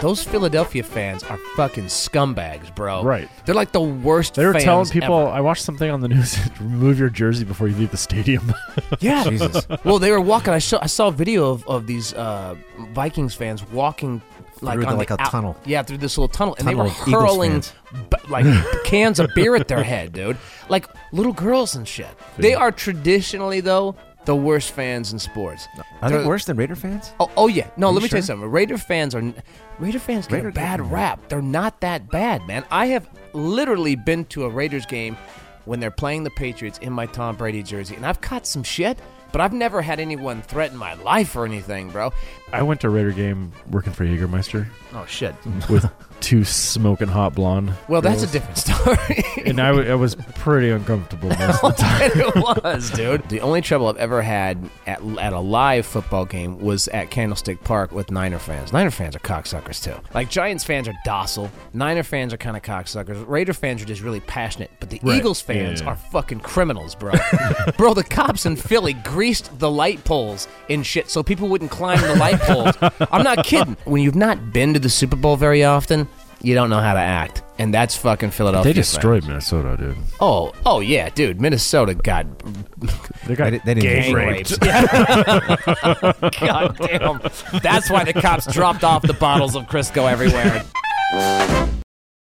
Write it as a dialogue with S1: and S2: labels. S1: those Philadelphia fans are fucking scumbags, bro.
S2: Right.
S1: They're like the worst.
S2: They were
S1: fans
S2: telling people.
S1: ever.
S2: I watched something on the news. remove your jersey before you leave the stadium.
S1: Yeah. Jesus. Well, they were walking. I saw, I saw a video of, of these uh, Vikings fans walking like
S3: Through the-
S1: on
S3: like
S1: the
S3: a
S1: out-
S3: tunnel.
S1: Yeah, through this little tunnel, and
S3: Tunnel
S1: they
S3: of
S1: were
S3: Eagles
S1: hurling
S3: fans.
S1: b- like cans of beer at their head, dude. Like little girls and shit. They are traditionally though the worst fans in sports.
S3: Are
S1: They're-
S3: they worse than Raider fans?
S1: Oh, oh yeah. No,
S3: you
S1: let me tell you
S3: sure?
S1: something. Raider fans are n- Raider fans get
S3: Raider-
S1: a bad rap. They're not that bad, man. I have literally been to a Raiders game when they're playing the Patriots in my Tom Brady jersey, and I've caught some shit, but I've never had anyone threaten my life or anything, bro.
S2: I went to a Raider game working for Jägermeister
S1: Oh shit.
S2: with two smoking hot blonde.
S1: Well, that's a
S2: girls.
S1: different story.
S2: And I, w- I was pretty uncomfortable. Most of the time.
S1: it was, dude. The only trouble I've ever had at, at a live football game was at Candlestick Park with Niner fans. Niner fans are cocksuckers, too. Like, Giants fans are docile. Niner fans are kind of cocksuckers. Raider fans are just really passionate. But the
S2: Right.
S1: Eagles
S2: Yeah,
S1: fans
S2: yeah, yeah.
S1: are fucking criminals, bro. bro, the cops in Philly greased the light poles and shit so people wouldn't climb the light poles. I'm not kidding. When you've not been to the Super Bowl very often, you don't know how to act. And that's fucking Philadelphia.
S2: They
S1: fans.
S2: destroyed Minnesota, dude.
S1: Oh, oh yeah, dude. Minnesota got
S2: They got
S3: They didn't- they didn't
S2: gang
S3: get
S2: raped.
S1: raped. God damn. That's why the cops dropped off the bottles of Crisco everywhere.